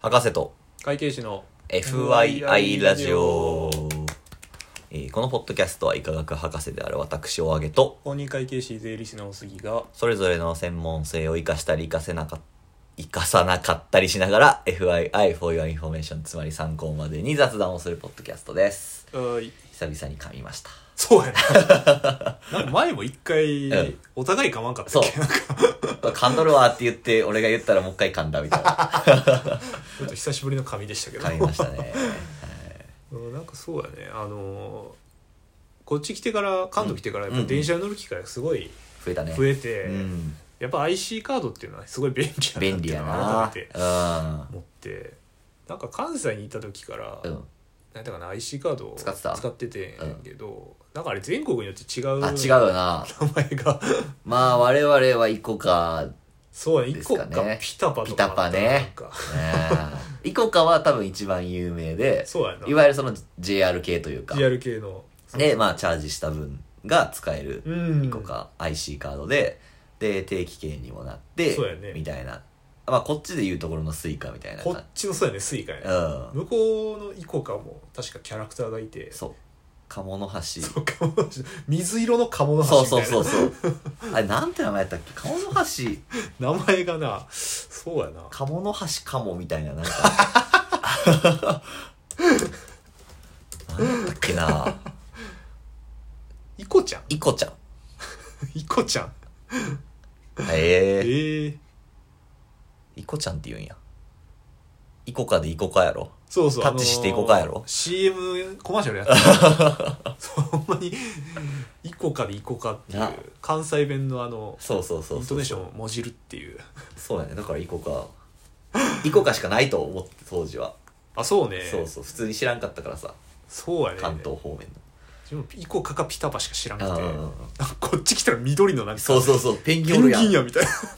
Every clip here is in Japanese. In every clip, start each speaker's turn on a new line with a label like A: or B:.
A: 博士と
B: 会計士の
A: FYI ラジオ、えーこのポッドキャストは医科学博士である私おあげと
B: 公認会計士税理士の杉が
A: それぞれの専門性を生かしたり生かせなか生かさなかったりしながら FYI for your information つまり参考までに雑談をするポッドキャストです
B: はい
A: 久々に噛みま した
B: そうやななんか前も一回
A: うん
B: お互い噛まんかった
A: そ
B: っ
A: う
B: けなんか
A: 噛んどるわって言って俺が言ったらもう一回噛んだみたいな
B: ちょっと久しぶりの噛みでしたけど
A: 噛みましたね
B: うんなんかそうやねあのーこっち来てから関東来てからやっぱ電車に乗る機会がすごい
A: 増えたね
B: 増えて、
A: うん
B: やっぱ IC カードっていうのはすごい便利やなっ
A: 便
B: て
A: 利
B: いう
A: や
B: のは
A: な
B: 改めて
A: うん
B: 思ってなんか関西にいた時から、
A: うん
B: なんだかな IC カードを
A: 使ってた
B: ててんやけど、なんかあれ全国によって違う
A: あ違う
B: 名
A: よな
B: 前が
A: まあ我々はイコカ
B: そうやね
A: で
B: 一
A: す
B: 個
A: か
B: か
A: ね
B: ピタパとか
A: ピタパね
B: なんか
A: ねイコカは多分一番有名で
B: そうやない
A: わゆるその JR 系というか
B: JR 系の
A: でまあチャージした分が使える
B: うん
A: イコカ IC カードでで定期券にもなって
B: そうやね
A: みたいなまあこっちで言うところのスイカみたいな
B: こっ
A: 感
B: ちのそうやねスイカ
A: じ
B: や
A: う
B: ね、
A: ん
B: 向こうのイコカも確かキャラクターがいて
A: そう鴨の橋
B: そう鴨の橋水色の鴨の橋
A: そう
B: みたい
A: そう
B: な
A: そうそうあれなんて名前やったっけ鴨の橋
B: 名前がなそうやな
A: 鴨の橋かもみたいな なんかなんだっけな
B: イコちゃん
A: イコちゃん
B: イコちゃんえ
A: へえ
B: ー、
A: イコちゃんって言うんやイコカでイコカやろ
B: そうそう
A: タッチしてイコカやろ
B: あのー CM コマーシャルやって たそうほんまにイコカでイコカっていう
A: な
B: 関西弁のあの
A: そうそうそ
B: イ
A: う
B: ント
A: そう
B: ネーションをもじるっていう
A: そうやねだからイコカイコカしかないと思って当時は、
B: あそうね
A: そうそう普通に知らんかったからさ
B: そうやね
A: 関東方面
B: 自分イコカかピタパしか知らな
A: の、
B: くて
A: うんうんうん
B: こっち来たら緑のなんか
A: そうそうそうペンギ
B: ペ
A: ンお
B: ン
A: るや
B: ギン
A: ん
B: やみたいななんか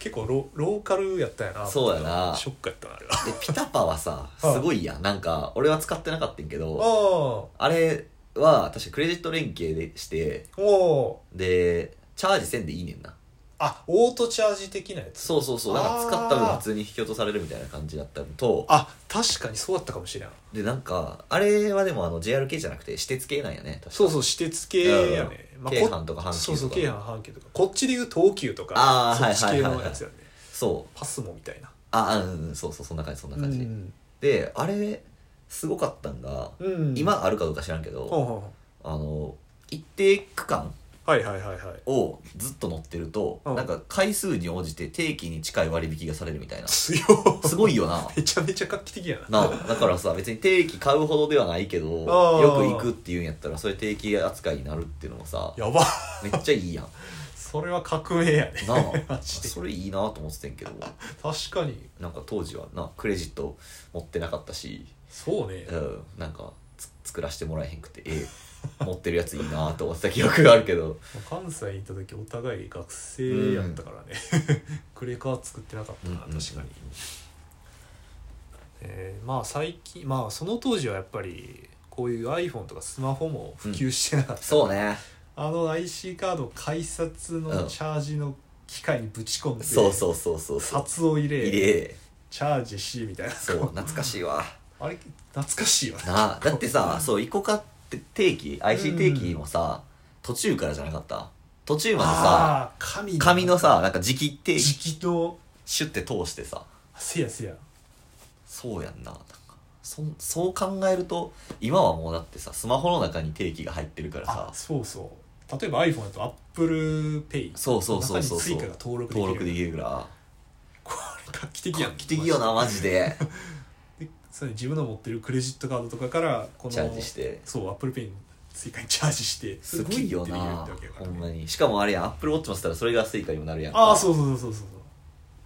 B: 結構ロローカルやったんやな
A: そうやな
B: ショックやったなあれは
A: でピタパはさすごいやんなんか俺は使ってなかったんけど
B: あ
A: あれは確かクレジット連携でして
B: あおー
A: でチャージせんでいいねんな
B: あオートチャージ的なやつ
A: そうそうそうなんか
B: あー
A: 使った分普通に引き落とされるみたいな感じだったのと
B: あ確かにそうだったかもしれん
A: でなんかあれはでもあの JR 系じゃなくて私鉄系なんやね確か
B: そうそう私鉄系やね、
A: うん
B: まあ
A: 京
B: こ
A: 阪とか阪急とか
B: そうそう京阪阪急とかこっちでいう東急とか
A: あー
B: そっち
A: はい
B: 系
A: はいはい
B: の
A: はい
B: やつやね
A: そう
B: パスモみたいな
A: あうんうんそうそうそんな感じそんな感じ、
B: うん
A: であれすごかったんが、
B: うん
A: 今あるかどうか知らんけ
B: ほ
A: ど、
B: んほん
A: あの一定区間
B: ほんはいはいはいはい
A: をずっと乗ってると、
B: うん
A: なんか回数に応じて定期に近い割引がされるみたいな
B: 強い
A: すごいよな
B: めちゃめちゃ画期的や
A: な
B: な
A: あだからさ別に定期買うほどではないけどよ
B: あー
A: く行くっていうんやったらそれ定期扱いになるっていうのもさ
B: やば
A: めっちゃいいやん
B: それは革命やね
A: なあ
B: マジで
A: それいいなと思ってたんやけど
B: 確かに
A: なんか当時はなクレジット持ってなかったし、
B: そうね
A: うん、なんかつ作らせてもらえへんくてええ持ってるやついいなと思ってた記憶があるけど
B: 関西に行った時お互い学生やったからね、 クレカは作ってなかったな、
A: うんうんうん
B: 確かに、えーまあ最近まあその当時はやっぱりこういう iPhone とかスマホも普及してなかった、
A: そうね
B: あの IC カード改札のチャージの機械にぶち込んで、
A: そうそうそうそうそう
B: 札を入れ
A: 入れ
B: チャージしみたいな
A: そう懐かしいわ
B: あれ懐かしいよね
A: なあだってさそうイコカって定期 IC 定期もさ途中からじゃなかった途中までさ
B: ああ紙
A: 紙のさなんか時期定期
B: 時期の
A: シュッて通してさ
B: せやせや
A: そうやんななんかそんそう考えると今はもうだってさスマホの中に定期が入ってるからさ
B: あそうそう例えば iPhone だと ApplePay
A: そうそうそうそうそう
B: 中に Suica が登録できる
A: 登録できるから
B: これ画期的や
A: 画
B: ん
A: 期的よなマジで
B: でそれ自分の持ってるクレジットカードとかからこの
A: チャージして
B: そう ApplePay に追加にチャージして
A: すごいよ
B: それを切
A: な
B: って入れるってわけやから
A: ほ
B: ね
A: んまにしかもあれやんアップルウォッチもしたらそれがスイカにもなるやんか
B: ああそうそうそうそうそう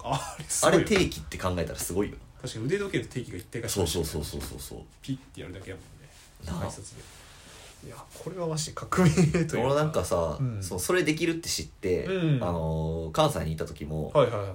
B: あれす
A: あ
B: ごいよ
A: れ定期って考えたらすごいよ
B: 確かに腕時計と定期が一体化して
A: そう
B: ました
A: そ
B: ね
A: うそうそうそうそう
B: ピッてやるだけやもんね
A: なあ
B: 挨拶でいやこれはマジで革命という
A: 俺なんかさ、
B: うん
A: そうそれできるって知って、
B: うん
A: あのー関西にいた時も、
B: はいはいはい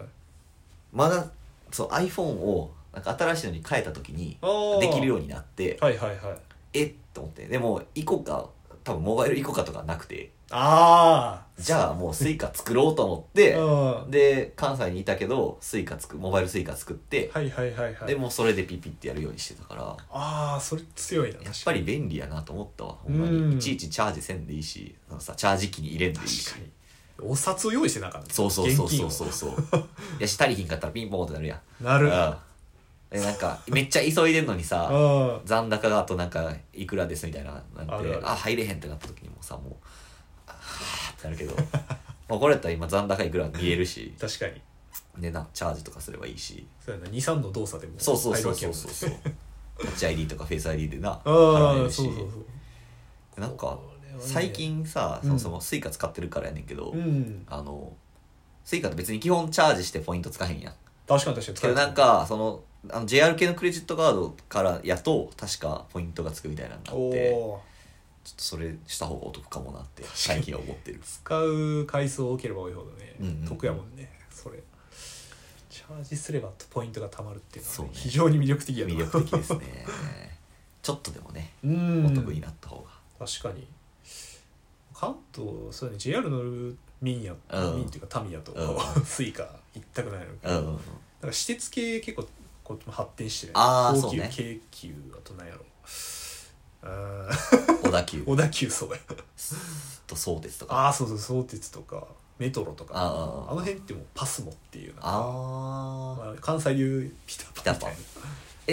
A: まだそう iPhone をなんか新しいのに変えた時に
B: あー
A: できるようになって
B: はいはいはい
A: えっと思ってでもイコカ多分モバイルイコカとかなくて
B: あ
A: じゃあもうスイカ作ろうと思って
B: あうん
A: で関西にいたけどスイカつくモバイルスイカ作って、
B: はいはいはいはい
A: でもうそれでピピってやるようにしてたから
B: ああそれ強いな
A: やっぱり便利やなと思ったわほんま
B: うん
A: にいちいちチャージせんでいいしあのさチャージ機に入れんでいいし
B: 確かにお札を用意してなかった
A: そうそうそうそう
B: 現
A: そうそういやし足りひんかったらピンポンってなるやん
B: 金をなる
A: うんでなんかめっちゃ急いでんのにさ
B: うん
A: 残高があとなんかいくらですみたいななんてあ
B: あるある
A: 入れへんってなった時にもさもうあーってなるけど まあこれやったら今残高いくら見えるし
B: 確かに
A: でなチャージとかすればいいし
B: そうやな23の動作でも
A: そうそうそうそうそう
B: 入
A: そうタッチ ID とかフェイス ID でな
B: る
A: 払
B: わけ
A: え
B: やもんねあ
A: る
B: あ
A: し
B: そうそうそう
A: なんか
B: これはね
A: 最近さ
B: うん
A: そもそもスイカ使ってるからやねんけど、
B: うん
A: あのスイカって別に基本チャージしてポイントつかへんやん
B: 確かに確かに
A: けどなんかそのあの JR 系のクレジットカードからやと確かポイントがつくみたいなのがあ
B: お
A: って
B: お
A: ちょっとそれした方がお得かもなって最近は思ってる
B: 使う回数多ければ多いほどね、
A: うんうん
B: 得やもんねそれチャージすればポイントがたまるっていうのは
A: そう
B: ね、
A: ね
B: 非常に魅力的やな
A: 魅力的ですね ちょっとでもね
B: うん
A: お得になった方が
B: 確かに関東そうだね JR 乗る民や、
A: うん
B: 民っていうか民やと、
A: う
B: スイカ行ったくないのに、
A: うんうん
B: な
A: うんん
B: か私鉄系結構こっちも発展してる、
A: あー
B: 高
A: そう
B: 級、
A: ね
B: 京急あとなんやろあ
A: 小田急
B: ー 小田急そうや
A: とそうですとか
B: ああそうそう相鉄とかメトロとか
A: あ
B: あ
A: あ
B: の辺ってもうパスモっていうな
A: あー
B: まあ、関西流ピタパンみたいな
A: ピ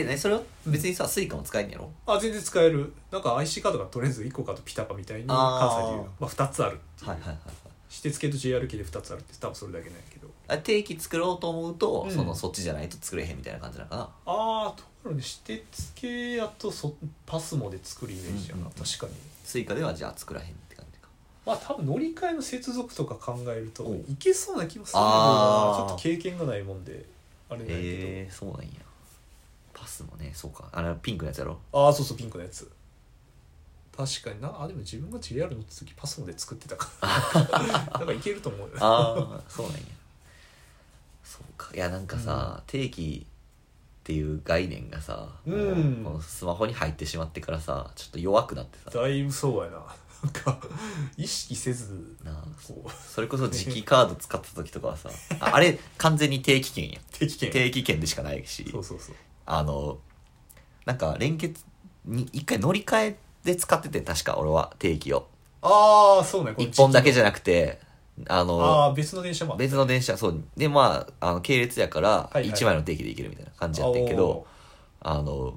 A: えねそれは別にさスイカも使えんのやろ
B: あ全然使えるなんか IC カードがとりあえず1個かとピタパみたいに関
A: あー
B: 西流、まあ、2つあるっていう、
A: はいはいはいはい
B: 私鉄系と JR 系で2つあるって多分それだけなんやけど
A: あ定期作ろうと思うと、
B: うん
A: そのそっちじゃないと作れへんみたいな感じなのかな
B: ああところね私鉄系やとそパスモで作るイメージやな、
A: うんうん
B: 確かに
A: スイカではじゃあ作らへんって感じか
B: まあ多分乗り換えの接続とか考えると
A: お
B: いけそうな気もするんだけどな
A: あ
B: ち
A: ー
B: ょっと経験がないもんであれなんやけど、
A: ええー、そうなんやパスもねそうかあれピンクのやつや ろ
B: ああそうそうピンクのやつ確かになあでも自分が JR 乗った時パスモで作ってたか らだからいけると思うよ
A: ああそうなんやそうかいやなんかさ、定期っていう概念がさ、
B: うん
A: もこのスマホに入ってしまってからさちょっと弱くなってさ
B: だいぶそうやななんか意識せず
A: なあ
B: こう
A: それこそ磁気カード使った時とかは さああれ完全に定期券や
B: 定期券
A: 定期券でしかないし
B: そうそうそう
A: あのなんか連結に一回乗り換えで使ってて確か俺は定期を
B: ああそうねこの
A: 一本だけじゃなくてあの
B: ああ別の電車もあった
A: 別の電車そうでまああの系列やから
B: はいはい
A: 1枚の定期で行けるみたいな感じやってんけど、あの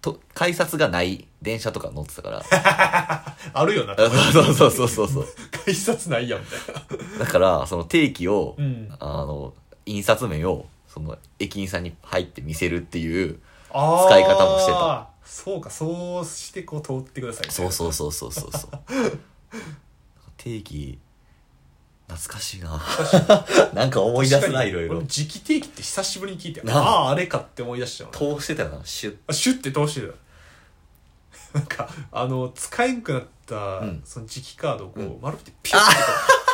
A: と改札がない電車とか乗ってたから
B: あるよな
A: そうそうそうそうそう
B: 改札ないやみたいな
A: だからその定期を、
B: うん
A: あの印刷面をその駅員さんに入って見せるっていう
B: あ
A: 使い方もしてた
B: そうかそうしてこう通ってください
A: そうそうそうそうそうそう定期懐かしいな なんか思い出すないろいろ
B: 時期定期って久しぶりに聞いて
A: な
B: あ
A: あ
B: ああれかって思い出しちゃうな
A: 通してたなシュッ
B: あシュッて通してるなんかあの使えんくなった、
A: うん
B: その磁気カードをこう、丸くてピュッて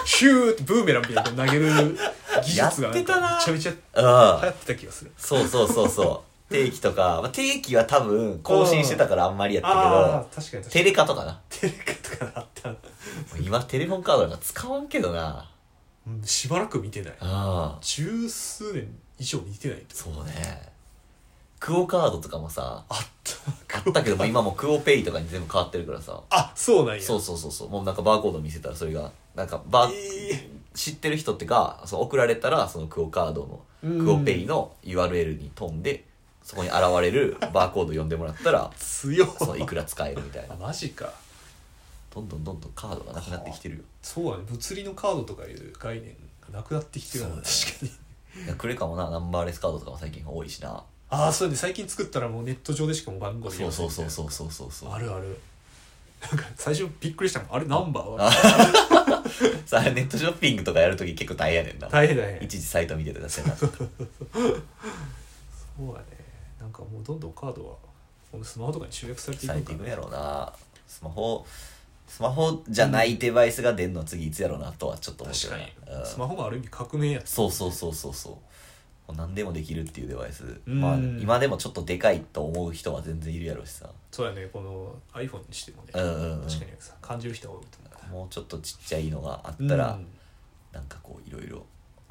B: ヒューってブーメランみたいにこう投げる技術が
A: やってたな
B: めちゃめちゃ
A: あ
B: 流行ってた気がする
A: そうそうそうそう。定期と か、まあ、定期は多分更新してたからあんまりやった
B: あー確かに
A: けど、
B: 確か
A: テレカとかな。
B: にテレカとかあったな、
A: 今テレフォンカードなんか使わんけどな。
B: うん、しばらく見てない
A: ああ、
B: 十数年以上見てない
A: そうね。クオカードとかもさ、
B: あった
A: あ ったけども今もうクオペイとかに全部変わってるからさ。
B: あそうなんや
A: そうそうそうそう。もうなんかバーコード見せたらそれが、なんかバー、
B: え
A: 知ってる人ってか、その送られたらそのクオカード
B: うん、
A: の、クオペイの URL に飛んで、そこに現れるバーコード読んでもらったら
B: 強
A: そのい
B: い
A: くら使えるみたいな
B: あ。マジか
A: どんどんどんどんカードがなくなってきてるよ。
B: そうだね物理のカードとかいう概念がなくなってきてるもん確かに
A: いやクレカもなナンバーレスカードとかも最近多いしな
B: ああそうだね最近作ったらもうネット上でしかもう番号で
A: そうそうそう
B: う
A: そうそうそうそう
B: あるあるなんか最初びっくりしたもんあれナンバーは
A: さあネットショッピングとかやるとき結構大変やねんな
B: 大変大変
A: いちいちサイト見てとかしてな
B: そうだねなんかもうどんどんカードはこのスマホとかに集約されてい
A: さ
B: く
A: れ
B: のか
A: ていくん
B: な
A: やろうなスマホスマホじゃないデバイスが出んのは次いつやろうなとはちょっと思って
B: 確
A: る
B: か
A: な
B: に
A: うん
B: スマホがある意味革命やつ
A: そうそうそうそうそうもう何でもできるっていうデバイス、
B: うん
A: まあ、今でもちょっとでかいと思う人は全然いるやろうしさ
B: そうやねこの iPhone にしてもね、
A: うんうんうん
B: 確かにさ感じる人が多いと思
A: もうちょっとちっちゃいのがあっ
B: う
A: たら、
B: うん
A: なんかこういろいろ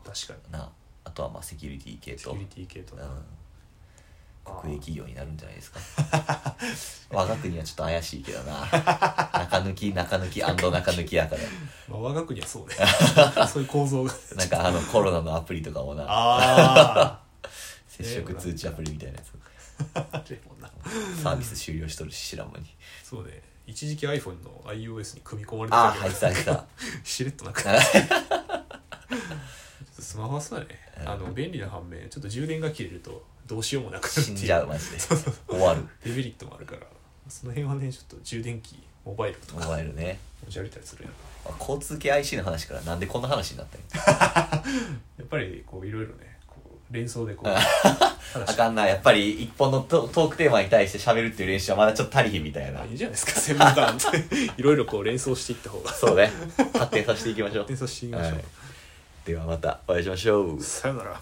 B: 確かに
A: なあとはまあセキュリティ系
B: セ
A: と
B: キュリティ系とか、
A: うん、国営企業になるんじゃない ですか我が国はちょっと怪しいけどな中抜き中抜き中抜きやから
B: まあ、我が国 はそうねそういう構造が
A: なんかあのコロナのアプリとかもな
B: あ
A: 接触通知アプリみたいなやつ
B: ああれもな
A: サービス終了しとるし知らん間に
B: そうね一時期 iPhone の iOS に組み込まれて
A: ああ
B: た
A: 入
B: けど
A: ってた入ってた
B: しれっ となんかスマホはそうだねあの便利な反面ちょっと充電が切れるとどうしようもなくなるって
A: 死
B: い
A: ん
B: う
A: じゃうマジで終わる
B: デメリットもあるからその辺はねちょっと充電器モバイルと
A: モ
B: か
A: バイルね
B: 持ち歩いたりするやん
A: あ交通系 IC の話からなんでこんな話になったんや
B: やっぱりこういろいろねこう連想で こう
A: あ
B: 話が
A: かんなやっぱり一本のトトークテーマに対して喋るっていう練習はまだちょっと足りひんみたいな
B: あいいじゃないですか専門家って いろいろこう連想していった方が
A: そうね発展させていきましょう
B: 連想していきましょう、
A: はいではまたお会いしましょう
B: さよなら